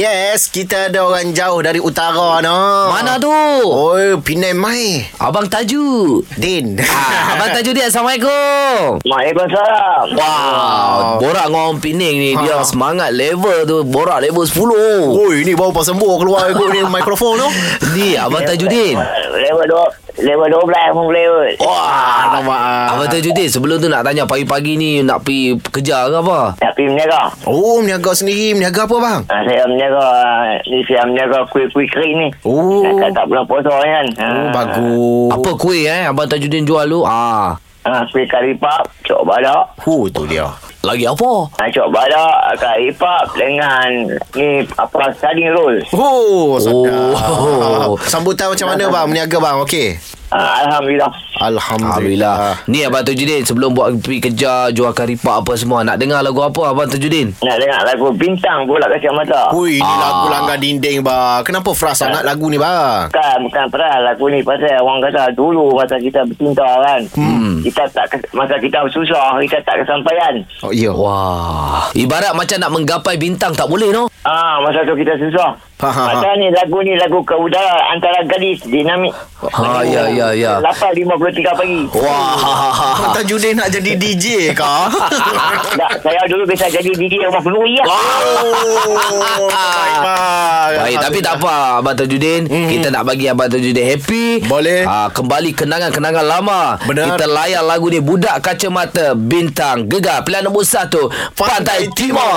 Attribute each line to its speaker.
Speaker 1: Yes, kita ada orang jauh dari utara no.
Speaker 2: Mana tu?
Speaker 1: Oi, Penang mai.
Speaker 2: Abang Taju.
Speaker 1: Din.
Speaker 2: Ah, Abang Tajudin Assalamualaikum
Speaker 3: Waalaikumsalam.
Speaker 2: Wow Ah, Borak dengan orang Pening ni Dia
Speaker 1: Ha.
Speaker 2: semangat level tu Borak level 10
Speaker 1: Oi, ni baru pasang buah keluar ikut ni mikrofon tu.
Speaker 2: Ni Abang Tajudin
Speaker 3: Level dua, level dua belas pun boleh kot.
Speaker 1: Wah, nampak. ah.
Speaker 2: Abang Tajudin sebelum tu nak tanya Pagi-pagi ni nak pergi kerja ke apa?
Speaker 3: Nak pergi meniaga.
Speaker 1: Oh, meniaga sendiri. Meniaga apa bang?
Speaker 3: Ha, saya meniaga, ah, ni saya meniaga kuih-kuih kering ni.
Speaker 1: Oh.
Speaker 3: Nak tak, tak bulan puasa ni kan. Ha.
Speaker 1: Oh, bagus.
Speaker 2: Ah, Apa kuih eh Abang Tajudin jual tu? Ah,
Speaker 3: Ha, kuih kari pap, cok balak.
Speaker 1: Hu, tu dia.
Speaker 2: Lagi apa?
Speaker 3: Ha, cok balak, kari pap dengan ni apa, sardine roll.
Speaker 1: Oh, sedap.
Speaker 2: Oh.
Speaker 1: Sambutan macam mana bang meniaga bang? Okey.
Speaker 3: Ha, Alhamdulillah.
Speaker 1: Alhamdulillah.
Speaker 2: Alhamdulillah Ni Abang Tajudin Sebelum buat pergi kerja Jual karipap apa semua Nak dengar lagu apa Abang Tajudin?
Speaker 3: Nak dengar lagu bintang bola kacamata.
Speaker 1: Hui, ni lagu
Speaker 2: Ah.
Speaker 1: langgar dinding bang. Kenapa fras sangat lagu ni bang?
Speaker 3: Bukan, bukan peral aku ni pasal orang kata dulu masa kita bercinta kan. Hmm. Kita tak kes- masa kita susah, kita tak kesampaian.
Speaker 1: Oh, ya.
Speaker 2: Wah Ibarat macam nak menggapai bintang Tak boleh no?
Speaker 3: Ah, masa tu kita susah.
Speaker 1: Ha, ha, ha.
Speaker 3: Masa ni lagu ni lagu ke udara antara gadis dinamik.
Speaker 2: Ha ya ya ya
Speaker 3: 8.53 pagi.
Speaker 2: Wah
Speaker 1: Abang Tajudin nak jadi DJ kah?
Speaker 3: Tak, saya dulu biasa jadi DJ rumah penuri ya.
Speaker 1: Oh, baik, bang.
Speaker 2: Baik, tapi tak apa Abang Tajudin mm-hmm. Kita nak bagi Abang Tajudin happy
Speaker 1: Mhm. Boleh.
Speaker 2: ha, Kembali kenangan-kenangan lama
Speaker 1: Benar.
Speaker 2: Kita layan lagu ni Budak Kacamata Bintang Gegar Pilihan nombor 1 Pantai,
Speaker 1: Pantai
Speaker 2: Timur